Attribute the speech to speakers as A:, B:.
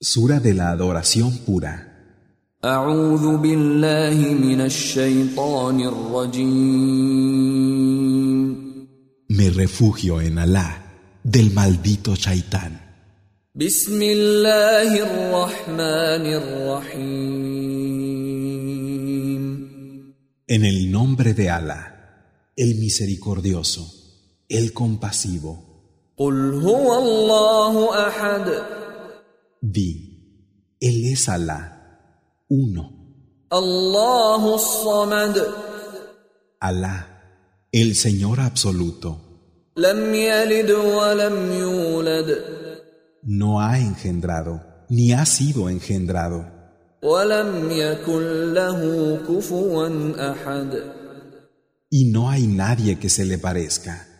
A: Sura de la adoración pura.
B: أعوذ بالله من الشيطان الرجيم
A: Me refugio en Alá del maldito Shaitán.
B: بسم الله الرحمن الرحيم
A: En el nombre de Alá, el misericordioso, el compasivo.
B: قل هو الله أحد
A: Di, Él es Alá, uno,
B: الله الصمد
A: Alá, el Señor absoluto.
B: لم يلد ولم يولد
A: No ha engendrado, ni ha sido engendrado,
B: ولم يكن له كفوا أحد
A: y no hay nadie que se le parezca.